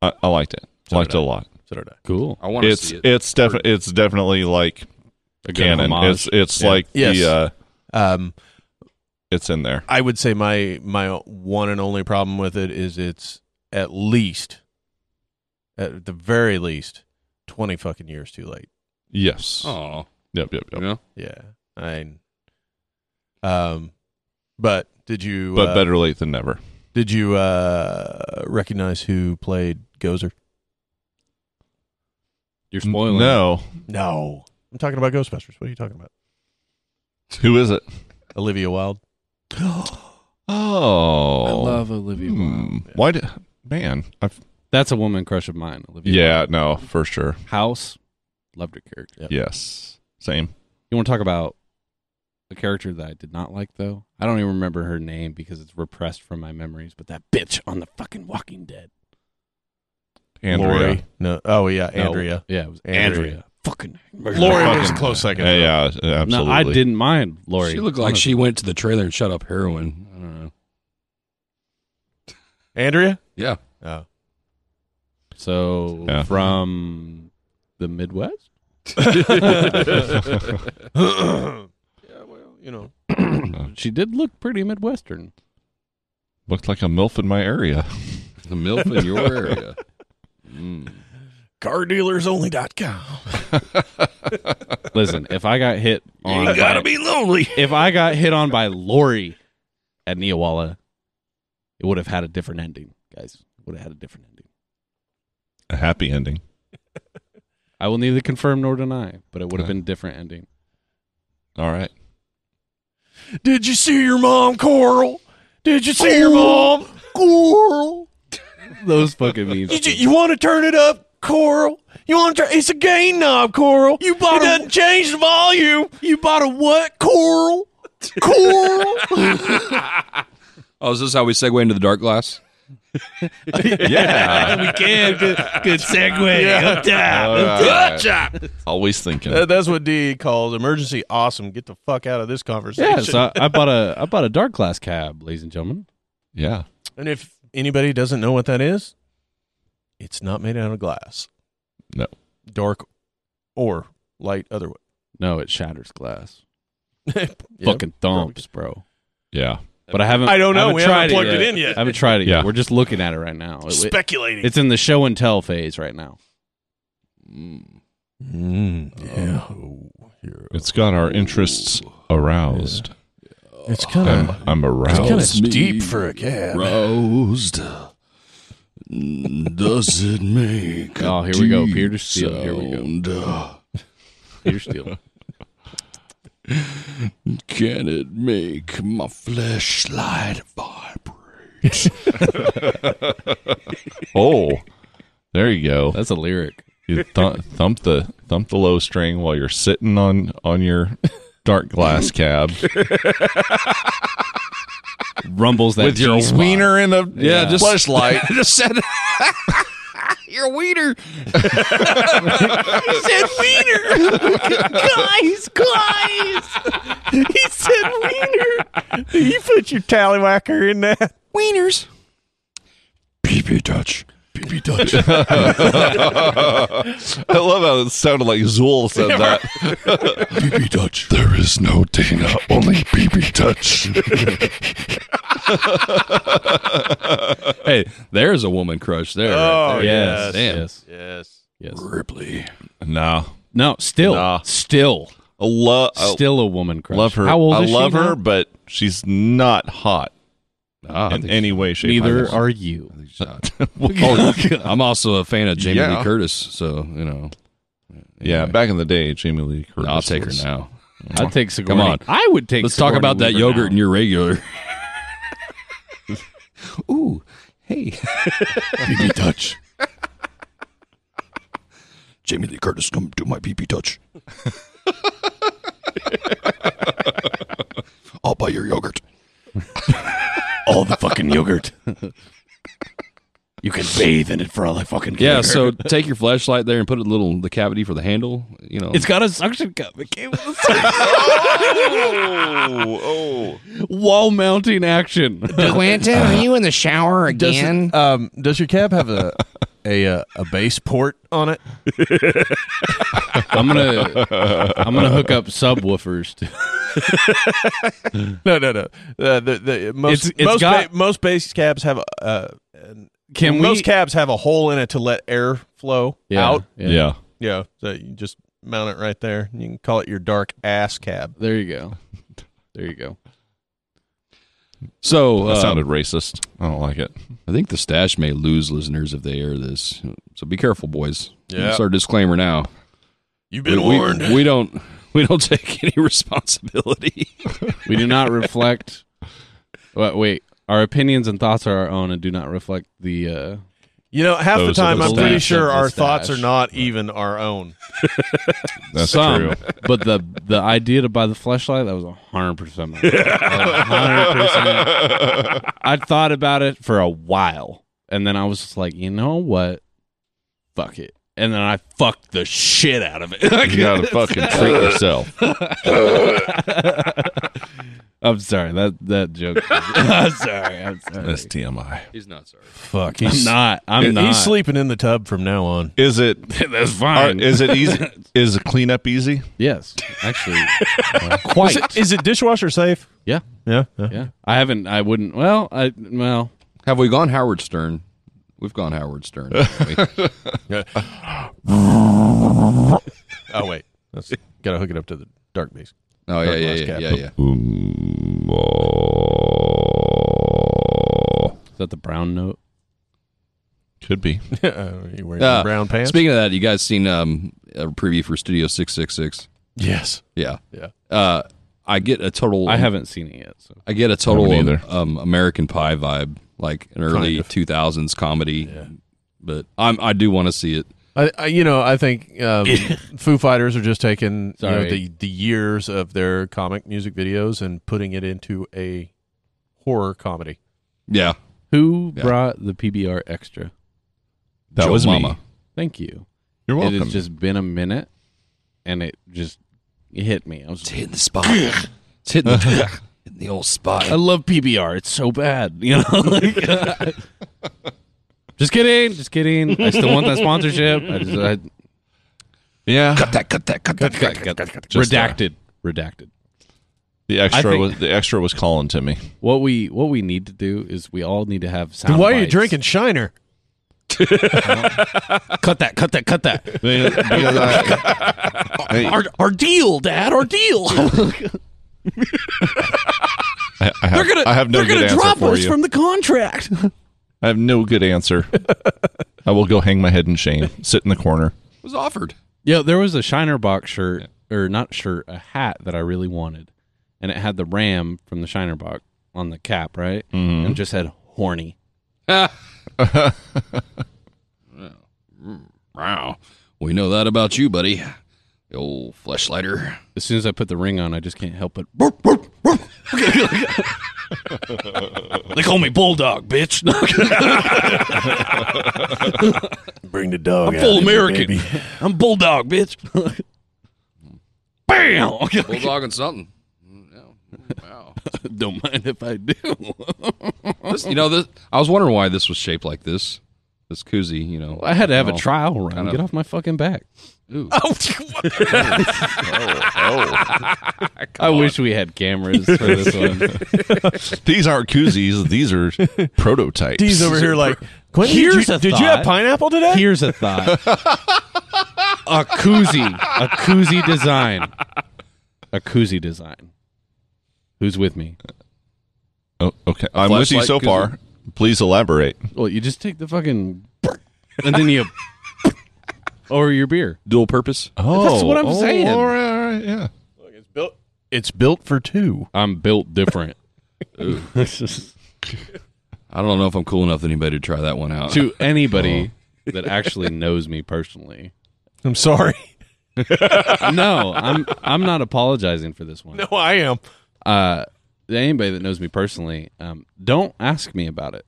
C: I, I liked it.
A: So
C: liked
A: did
C: it a
A: I.
C: lot.
A: So did I.
B: Cool.
D: I want to
C: It's
D: see it.
C: it's definitely it's definitely like
B: A good
C: canon.
B: homage.
C: It's it's
B: Yeah.
C: like
A: Yes.
C: the uh,
A: Um,
C: it's in there.
A: I would say my my one and only problem with it is it's at least, at the very least, twenty fucking years too late.
C: Yes.
D: Oh,
C: Yep. Yep. Yep.
D: you know,
A: Yeah, I. Um, but did you?
C: But
A: uh,
C: better late than never.
A: Did you uh, recognize who played Gozer?
B: You're spoiling.
C: No.
A: No, I'm talking about Ghostbusters. What are you talking about?
C: Who is it?
A: Olivia Wilde.
C: Oh.
B: Olivia.
C: Hmm. Why did man? I've,
B: That's a woman crush of mine. Olivia.
C: yeah. No. For sure.
B: House. Loved her character.
A: Yep.
C: Yes. Same.
B: You want to talk about a character that I did not like though? I don't even remember her name because it's repressed from my memories. But that bitch on the fucking Walking Dead.
C: Andrea.
A: Lori. No. Oh yeah,
B: No.
A: Andrea.
B: Yeah, it was
A: Andrea.
B: Andrea. Fucking
A: Lori was a
C: Fucking-
A: close second.
C: Yeah, yeah, absolutely.
B: No, I didn't mind Lori.
D: she looked like she went to the trailer and shut up heroin. I don't know.
A: Andrea.
D: Yeah,
A: Oh.
B: So
C: Yeah.
B: from the Midwest.
A: Oh. yeah. Well, you know.
B: she did look pretty Midwestern.
C: Looked like a milf in my area.
D: the milf in your area. Mm.
A: Cardealersonly.com.
B: Listen, if I got hit
A: Oh,
B: on
D: You
B: by-
D: be lonely.
B: if I got hit on by Lori at Neowalla, it would have had a different ending, guys. Would have had a different ending.
C: A happy ending.
B: I will neither confirm nor deny, but it would have been a different ending.
C: All right.
A: Did you see your mom, Coral? Did you see your mom, Coral?
B: Those fucking memes.
A: You, you want to turn it up, Coral? You want to? Turn, it's a gain knob, Coral. You bought it. Doesn't change the volume. You bought a what, Coral? Coral.
D: Oh, is this how we segue into the dark glass?
C: Yeah.
B: we can. Good, good segue. Up top.
C: All right. Always thinking.
A: Uh, that's what D calls emergency. Awesome. Get the fuck out of this conversation.
B: Yeah, so I, I bought a I bought a dark glass cab, ladies and gentlemen.
C: Yeah.
A: and if anybody doesn't know what that is, it's not made out of glass.
C: No.
A: Dark or light, other way.
B: No, it shatters glass.
A: Yep.
B: Fucking thumps, bro.
C: Yeah.
B: But I haven't.
A: I don't know.
B: haven't
A: We haven't
B: tried
A: plugged it in yet.
B: I haven't tried it
C: Yeah.
B: yet. We're just looking at it right now. It- it-
A: speculating.
B: it's in the show and tell phase right now.
D: Mm.
A: Mm, yeah.
C: It's got our interests aroused.
A: It's kind
C: I'm, I'm aroused.
A: It's kinda deep for a cab.
D: Roused. Does it make?
B: Oh, here we go. Peter Steele. Here we go.
D: go.
B: Peter Steele.
D: Can it make my flesh slide vibrate?
C: oh. There you go.
B: That's a lyric.
C: You th- thump the thump the low string while you're sitting on on your dark glass cab
B: Rumbles that
C: with your
B: G-spot.
C: wiener in the
D: Yeah, just-
C: flashlight.
D: just said. You're a wiener.
A: he said wiener. guys, guys. He said wiener. You put your tallywhacker in that.
D: Wieners. PP touch. PP touch.
C: I love how it sounded like Zool said that.
D: PP touch. There is no Dana, only PP touch. hey, there's a woman crush there.
A: Oh,
B: Yes.
D: Damn.
B: Yes.
A: Yes.
B: Yes.
D: Ripley.
C: No.
B: No. Still.
C: Nah.
B: Still.
C: I love
B: Still a woman crush.
C: love her.
B: How old
C: I
B: is she
C: love her,
B: now?
C: but she's not hot
D: Ah, I
C: in
D: think
C: any way, shape,
B: Neither
C: or form.
B: are you.
D: she's not. Oh, I'm also a fan of Jamie
C: Yeah.
D: Lee Curtis, so you know.
C: Yeah, back in the day, Jamie Lee Curtis.
D: I'll take her
C: was-
D: now.
B: I'd take Sigourney.
D: on.
B: I would take.
D: Let's talk
B: Sigourney
D: about that
B: Weaver
D: yogurt
B: now.
D: and your regular. Ooh, hey. touch. Jamie Lee Curtis, come do my pee pee touch. I'll buy your yogurt.
F: all the fucking yogurt. you can bathe in it for all I fucking care.
D: Yeah, so take your flashlight there and put it in the little the cavity for the handle. You know,
B: It's got a suction cup. It came with a suction
C: Oh,
B: wall mounting action.
E: Quentin, are you in the shower
A: Does, it-
E: again?
A: um, does your cab have a a uh, a base port on it?
B: I'm gonna I'm gonna hook up subwoofers. To,
A: No, no, no. Uh, the the most
B: It's- it's
A: most,
B: got-
A: ba- most base cabs have uh, an,
B: Can
A: most
B: we-
A: cabs have a hole in it to let air flow out.
C: yeah.
A: Yeah, so you just mount it right there. You can call it your dark ass cab.
B: There you go. There you go.
D: so
C: that
D: uh,
C: sounded racist. I don't like it.
D: I think the stash may lose listeners if they air this. So be careful, boys.
A: Yeah.
D: It's our disclaimer now.
A: You've
D: we, We, we don't we don't take any responsibility.
B: We do not reflect. Wait, wait. Our opinions and thoughts are our own and do not reflect the. Uh,
A: you know, half the
C: Those are
A: time
C: the
A: I'm pretty
B: stash.
A: sure
B: That's
A: our
B: the stash.
A: thoughts are not even our own.
C: That's
B: some,
C: true.
B: but the the idea to buy the flashlight that was a hundred percent. Hundred percent. I thought about it for a while, and then I was just like, you know what? Fuck it. And then I fucked the shit out of it.
C: You gotta fucking treat yourself.
B: I'm sorry that that joke. I'm sorry. I'm sorry.
C: That's TMI.
D: He's not sorry.
A: Fuck,
B: I'm not. I'm
C: He's
B: not.
A: He's sleeping in the tub from now on.
C: Is it?
B: That's
C: Are,
B: fine.
C: is it easy? Is cleanup easy?
B: yes, actually, uh, quite.
A: Is it, is it dishwasher safe?
B: yeah,
A: Yeah, yeah.
B: yeah. I haven't. I wouldn't. Well, I well.
D: Have we gone Howard Stern? We've gone Howard Stern. haven't we?
A: Oh wait, that's gotta hook it up to the dark base.
D: oh yeah, yeah,
A: Last
D: yeah,
A: cap.
D: yeah, yeah.
B: Is that the brown note?
C: Could be.
A: Are you wearing
D: Uh,
A: brown pants?
D: Speaking of that, you guys seen um, a preview for Studio Six Six Six?
A: yes.
D: Yeah,
A: Yeah.
D: Uh, I get a total.
B: I haven't seen it yet. So
D: I get a total
C: Haven't
D: um,
C: either.
D: um, American Pie vibe, like an early
A: of.
D: two thousands comedy. But I'm I do want to see it.
A: I, I, you know, I think um, Foo Fighters are just taking you know,
B: Sorry.
A: the the years of their comic music videos and putting it into a horror comedy.
D: Yeah,
B: who
D: Yeah.
B: brought the PBR extra?
C: That
D: Joe
C: was
D: Mama.
C: me.
B: Thank you.
C: You're
B: It
C: welcome.
B: has just been a minute, and it just it hit me. I was.
D: It's hitting the spot. it's hitting the, hitting the old spot.
B: I love PBR. It's so bad. You know. Like, just kidding. Just kidding. I still want that sponsorship. I just, I,
C: yeah.
D: that, cut that, cut that, cut that.
C: Just, uh,
B: redacted. redacted.
C: The
B: I
C: extra
B: think-
C: was the extra was calling to me.
B: What we what we need to do is we all need to have sound.
A: Why are you
B: bites.
A: drinking Shiner?
B: Cut that! Cut that! Cut that!
C: Because- because I- I-
B: our deal, Dad. Our deal.
C: I, I have, I have no
B: they're
C: good
B: gonna
C: answer
B: drop
C: for
B: us
C: you.
B: from the contract.
C: I have no good answer. I will go hang my head in shame, sit in the corner.
D: It was offered.
B: yeah, there was a Shiner box shirt or not shirt, a hat that I really wanted, and it had the ram from the Shiner box on the cap, right?
C: Mm-hmm.
B: And it just had horny.
D: Wow, we know that about you, buddy. The old fleshlighter.
B: As soon as I put the ring on, I just can't help it. they call me bulldog, bitch.
F: Bring the dog.
B: I'm full American. I'm bulldog, bitch. Bam!
D: Bulldog and something. Yeah. Wow.
B: Don't mind if I do.
D: This- you know, this, I was wondering why this was shaped like this. This koozie, you know.
B: I had to have a
D: Oh.
B: trial run.
D: kind of-
B: Get off my fucking back.
D: Ooh.
B: Oh, I wish we had cameras for this one.
C: These aren't koozies; these are prototypes.
A: D's over here like, Quentin,
B: Here's
A: did, you,
B: a
A: did you have
B: thought.
A: pineapple today?
B: Here's a thought. A koozie. A koozie design. A koozie design. Who's with me?
C: Oh, okay, I'm with you
D: Flashlight
C: so
D: koozie.
C: far. Please elaborate.
B: Well, you just take the fucking and then you over your beer.
D: Dual purpose.
C: Oh,
B: what I'm saying.
C: All right, all right, yeah.
A: It's built. It's built for two.
B: I'm built different.
D: I don't know if I'm cool enough that anybody to try that one out.
B: to anybody that actually knows me personally.
A: I'm sorry.
B: no, I'm I'm not apologizing for this one.
A: No, I am.
B: Uh, anybody that knows me personally, um, don't ask me about it.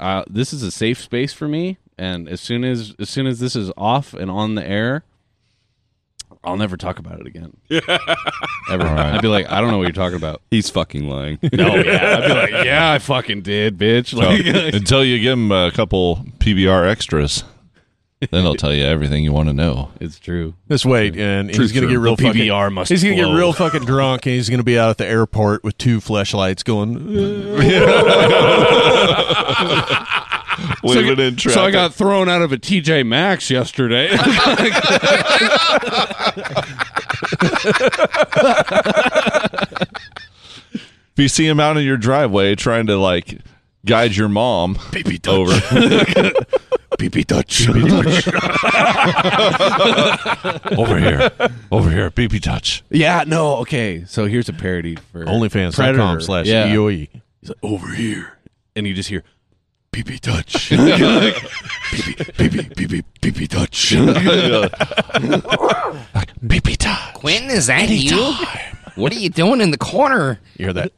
B: Uh, this is a safe space for me, and as soon as as soon as this is off and on the air, I'll never talk about it again. Ever. I'd be like, I don't know what you're talking about.
D: He's fucking lying.
B: No, yeah, I'd be like, yeah, I fucking did, bitch. Like,
C: Oh, Until you give him a couple PBR extras, then they'll tell you everything you want to know.
B: it's true.
A: Just wait, and he's gonna get real
F: The
A: fucking.
F: PBR must
A: He's gonna get
F: flow.
A: real fucking drunk, and he's gonna be out at the airport with two flashlights going. "Uh."
C: Women in traffic.
B: So I got thrown out of a TJ Maxx yesterday.
C: if you see him out in your driveway trying to like guide your mom over,
F: PP touch.
C: over here, over here, BB touch.
B: yeah, no, okay. So here's a parody for
A: Onlyfans.com
B: Predator.
A: slash E
B: Yeah.
A: EOE.
F: Over here.
B: and you just hear
F: PP touch. PP PP PP PP touch.
C: BB touch.
E: Quentin, is that you? What are you doing in the corner?
A: You hear that?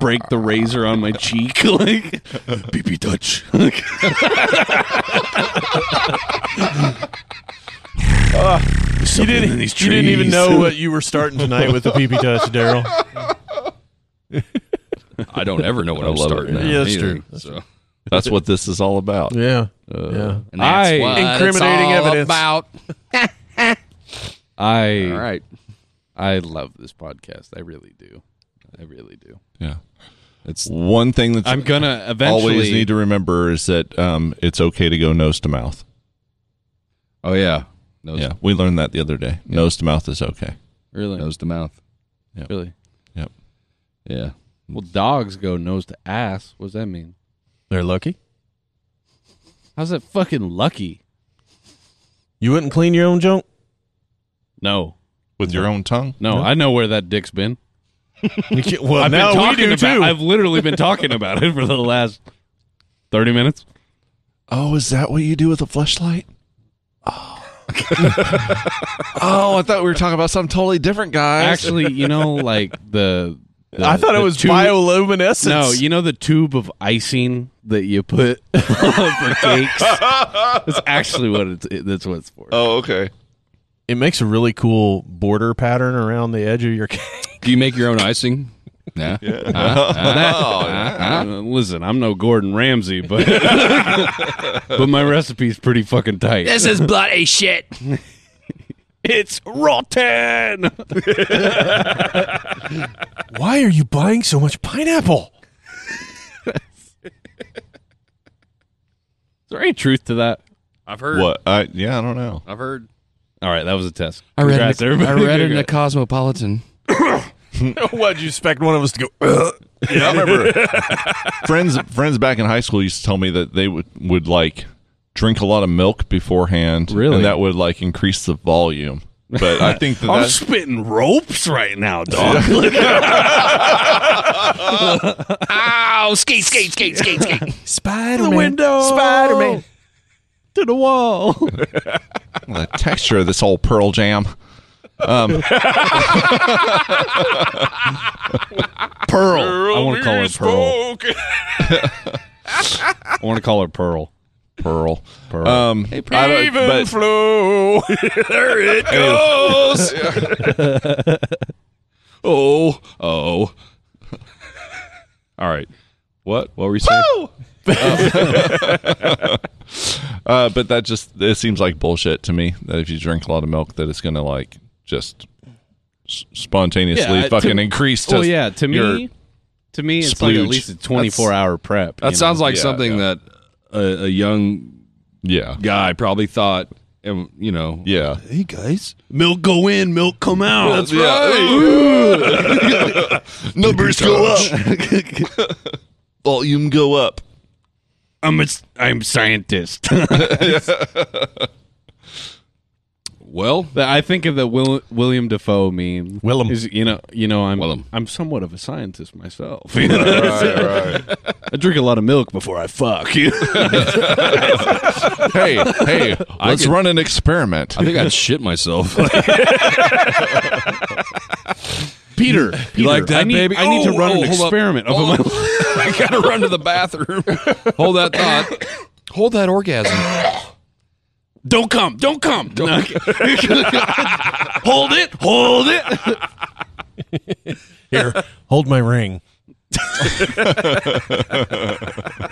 B: break the razor on my cheek like
F: PP touch.
A: Ah, You didn't, you didn't even know uh, what you were starting tonight with the PP touch, Daryl.
D: I don't ever know what
C: I
D: I'm
C: love it,
D: starting.
C: man.
D: at
A: Yeah, that's
D: either,
A: true.
D: So.
C: That's what this is all about.
A: Yeah, yeah.
D: And that's
B: I-
D: what
A: Incriminating
D: it's all
A: evidence.
D: about.
B: I
D: All right.
B: I love this podcast. I really do. I really do.
C: Yeah. It's one thing that's
B: I'm gonna eventually
C: always need to remember is that um, it's okay to go nose to mouth.
D: Oh yeah. Nose,
C: Yeah, we learned that the other day. Nose to mouth is okay.
B: really
D: nose to mouth.
B: really.
D: Yeah.
B: Well, dogs go nose to ass. What does that mean?
A: They're lucky.
B: How's that fucking lucky?
A: You wouldn't clean your own junk.
B: No,
C: With your own tongue?
B: no, Oh, I know where that dick's been.
A: You can't- well,
B: I've
A: now
B: been
A: we
B: talking
A: do
B: about,
A: too.
B: I've literally been talking about it for the last thirty minutes.
C: Oh, is that what you do with a flashlight? Oh. oh, I thought we were talking about something totally different, guys.
B: Actually, you know, like the, the-
A: I thought it
B: uh, the
A: was
B: two-
A: bioluminescence.
B: No, you know the tube of icing that you put for cakes. That's actually what it's. It, that's what it's for.
C: oh, okay.
A: it makes a really cool border pattern around the edge of your cake.
D: Do you make your own icing? Nah.
B: oh, Uh, listen, I'm no Gordon Ramsay, but but my recipe's pretty fucking tight.
E: This is bloody shit.
B: It's rotten.
A: Why are you buying so much pineapple?
B: Is there any truth to that?
D: I've heard.
C: What? I yeah, I don't know.
D: I've heard.
B: All right, that was a test.
E: I read,
B: Congrats,
E: in the, I
B: everybody.
E: read it in the Cosmopolitan.
A: what do you expect one of us to go? "Ugh."
C: Yeah, I remember friends friends back in high school used to tell me that they would would like drink a lot of milk beforehand,
B: Really?
C: and that would like increase the volume. But I think that
B: I'm
C: that's,
B: spitting ropes right now, dog.
E: Ow, skate, skate, skate, skate, skate.
A: Spider-Man. The window. Spider-Man.
B: Oh, to the wall.
C: the texture of this whole Pearl Jam. Um,
B: Pearl. I want to call her Pearl. I want to call her Pearl.
C: Pearl. Pearl. Um, I don't- but-
A: flow. there it goes.
D: Oh. Oh. All right. What? What were we saying?
C: uh, but that just it seems like bullshit to me that if you drink a lot of milk that it's gonna like just s- spontaneously
B: Yeah, to-
C: fucking increase.
B: Well, yeah, to
C: your-
B: me, to me, it's like at
C: splooge.
B: least a 24 hour prep.
D: That sounds like
C: yeah,
D: something that a, a young
C: yeah,
D: guy probably thought. And you know. Oh,
C: yeah.
D: Hey guys.
B: milk go in, milk come out.
D: That's right.
C: Numbers go up. Volume go up.
B: I'm a, s- I'm scientist.
D: Well,
B: That I think of the Will, William Defoe meme.
A: Willem.
B: is you know you know I'm
D: Willem.
B: I'm somewhat of a scientist myself. you know?
C: right, right.
B: I drink a lot of milk before I fuck. you know?
C: hey, hey,
D: I
C: let's
D: get-
C: run an experiment.
D: I think I'd shit myself.
B: Peter, Peter,
D: like that,
B: I need,
D: baby?
B: I need
D: Oh,
B: to run
D: oh,
B: an
D: hold up.
B: experiment up, in my
D: I gotta run to the bathroom. Hold that thought. Hold that orgasm.
B: Don't come. Don't come. hold it. Hold it.
A: Here, hold my ring.
B: I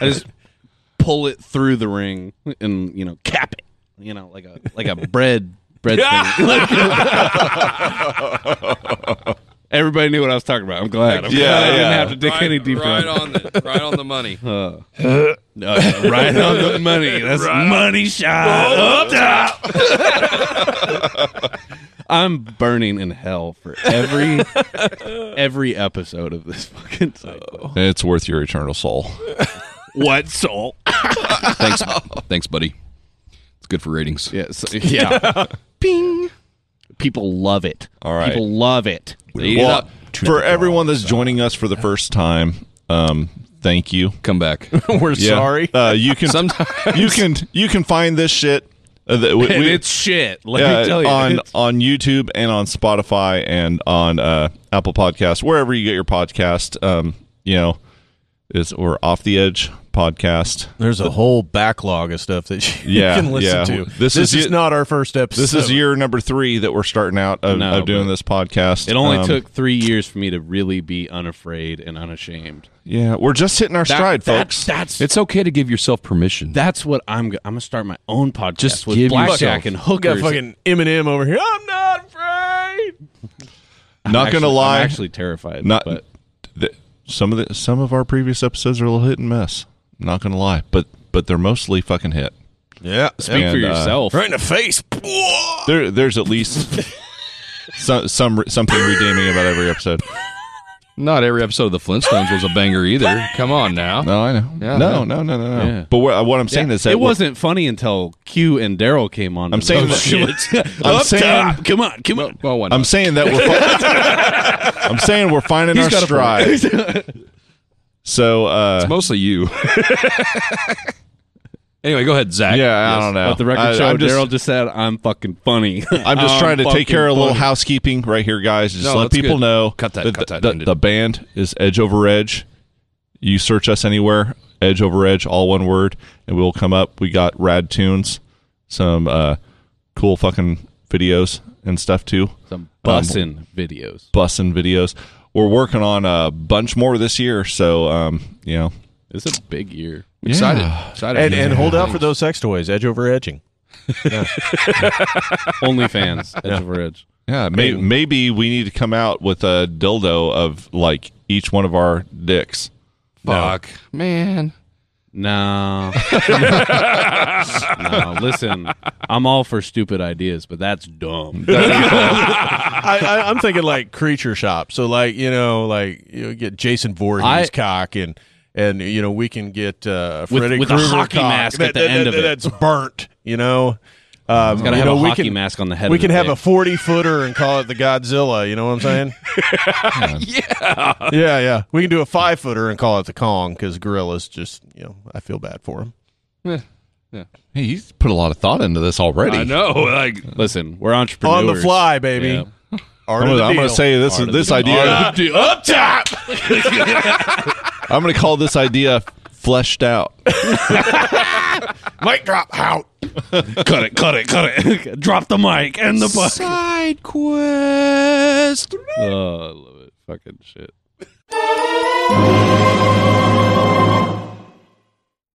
B: just pull it through the ring and, you know, cap it. You know, like a like a bread bread thing. Like- everybody knew what I was talking about. I'm glad. I'm
C: Yeah,
B: glad I didn't
C: yeah.
B: have to dig any deeper.
D: right on the right on the money.
B: No, no, right on the money. That's money shot. Up top. I'm burning in hell for every every episode of this fucking cycle.
C: It's worth your eternal soul.
B: What soul?
D: Thanks, thanks, buddy. It's good for ratings.
B: Yeah, so- yeah. Ping. People love it.
C: All right.
B: People love it.
D: They eat it
C: Well,
D: up.
C: for everyone that's joining us for the first time, um, thank you.
D: Come back.
A: We're
C: Yeah.
A: sorry.
C: Uh, you can
D: Sometimes
C: you can you can find this shit. Uh, that we-
B: And
C: we-
B: it's shit. Let
C: yeah,
B: me tell you.
C: on
B: It's-
C: on YouTube and on Spotify and on uh, Apple Podcasts, wherever you get your podcast. Um, you know, is or off the edge podcast.
A: There's a whole backlog of stuff that you
C: Yeah,
A: can listen
C: yeah.
A: to.
C: This
A: This,
C: is
A: is,
C: y-
A: not our first episode.
C: This is year number three that we're starting out of,
B: No,
C: of doing
B: but-
C: this podcast.
B: it only
C: Um,
B: took three years for me to really be unafraid and unashamed.
C: yeah. We're just hitting our stride,
B: that-
C: folks.
B: That's
D: it's okay to give yourself permission.
B: that's what I'm. go- I'm gonna start my own podcast
D: Just
B: with
D: give
B: blackjack
D: yourself-
B: and
A: We got
B: hookers.
A: fucking Eminem over here. I'm not afraid.
C: not
B: Actually,
C: gonna lie.
B: I'm actually terrified.
C: not
B: but
C: th- some of the some of our previous episodes are a little hit and miss. Not gonna lie, but but they're mostly fucking hit.
A: Yeah.
B: speak for
C: and, uh,
B: yourself.
A: Right in the face.
C: There, there's at least some, some something redeeming about every episode.
D: Not every episode of the Flintstones was a banger either. Come on now.
C: No, I know.
D: Yeah,
C: no, no, no, no, no.
B: Yeah.
C: But what, what I'm saying is that
B: it
C: we're-
B: wasn't funny until Q and Daryl came on.
C: I'm
B: to
C: saying
B: those
C: that-
B: shits.
C: I'm
B: Up
C: saying-
B: top. Come on, come on.
D: Well, why not?
C: I'm saying that we're. fi- I'm saying we're finding our stride. so uh,
D: Mostly you. anyway, go ahead, Zach.
C: yeah, I
D: Yes.
C: don't know.
B: Let the record
C: I,
B: show.
C: I'm just,
B: Daryl just said, "I'm fucking funny."
C: I'm just trying to
B: fucking
C: take care of a little
B: funny.
C: housekeeping right here, guys. Just
D: Um, No,
C: let
D: that's
C: people
D: good.
C: know
D: Cut that, cut that,
C: the,
D: end it.
C: the band is Edge Over Edge. You search us anywhere, Edge Over Edge, all one word, and we'll come up. We got rad tunes, some uh, cool fucking videos and stuff too,
B: some bussin' videos.
C: bussin' videos. We're working on a bunch more this year, so um, you know.
B: It's a big year.
D: Excited. Excited.
A: And, and hold out for those sex toys, edge over edging.
B: OnlyFans, Edge over Edge.
C: Yeah, may, maybe we need to come out with a dildo of like each one of our dicks.
D: fuck.
E: Man.
B: No. no, listen, I'm all for stupid ideas, but that's dumb.
A: I, I, I'm thinking like creature shop. So like you know like you know, get Jason Voorhees
B: I-
A: cock and and you know we can get uh,
B: With-
A: Freddy
B: with a
A: Krueger
B: hockey
A: cock.
B: mask at the end of it.
A: That's burnt. You know. Um,
B: Gotta
A: you
B: have
A: know,
B: a
A: we
B: hockey
A: can-
B: mask on the head.
A: We
B: of
A: can
B: the
A: have
B: dick.
A: a 40 footer and call it the Godzilla. You know what I'm saying? yeah. Yeah, yeah. We can do a five footer and call it the Kong because gorillas just, you know, I feel bad for them.
C: Hey, he's put a lot of thought into this already.
D: I know. Like
B: Listen, we're entrepreneurs
A: On the fly, baby.
B: Yeah.
A: Art
C: I'm
A: of
C: gonna,
A: the
C: I'm gonna
A: deal.
C: say this this idea.
B: Dude, up top.
C: I'm gonna call this idea fleshed out.
A: mic drop out.
B: cut it, cut it, cut it. Drop the mic and the buck.
D: side quest.
B: Oh, I love it. Fucking shit.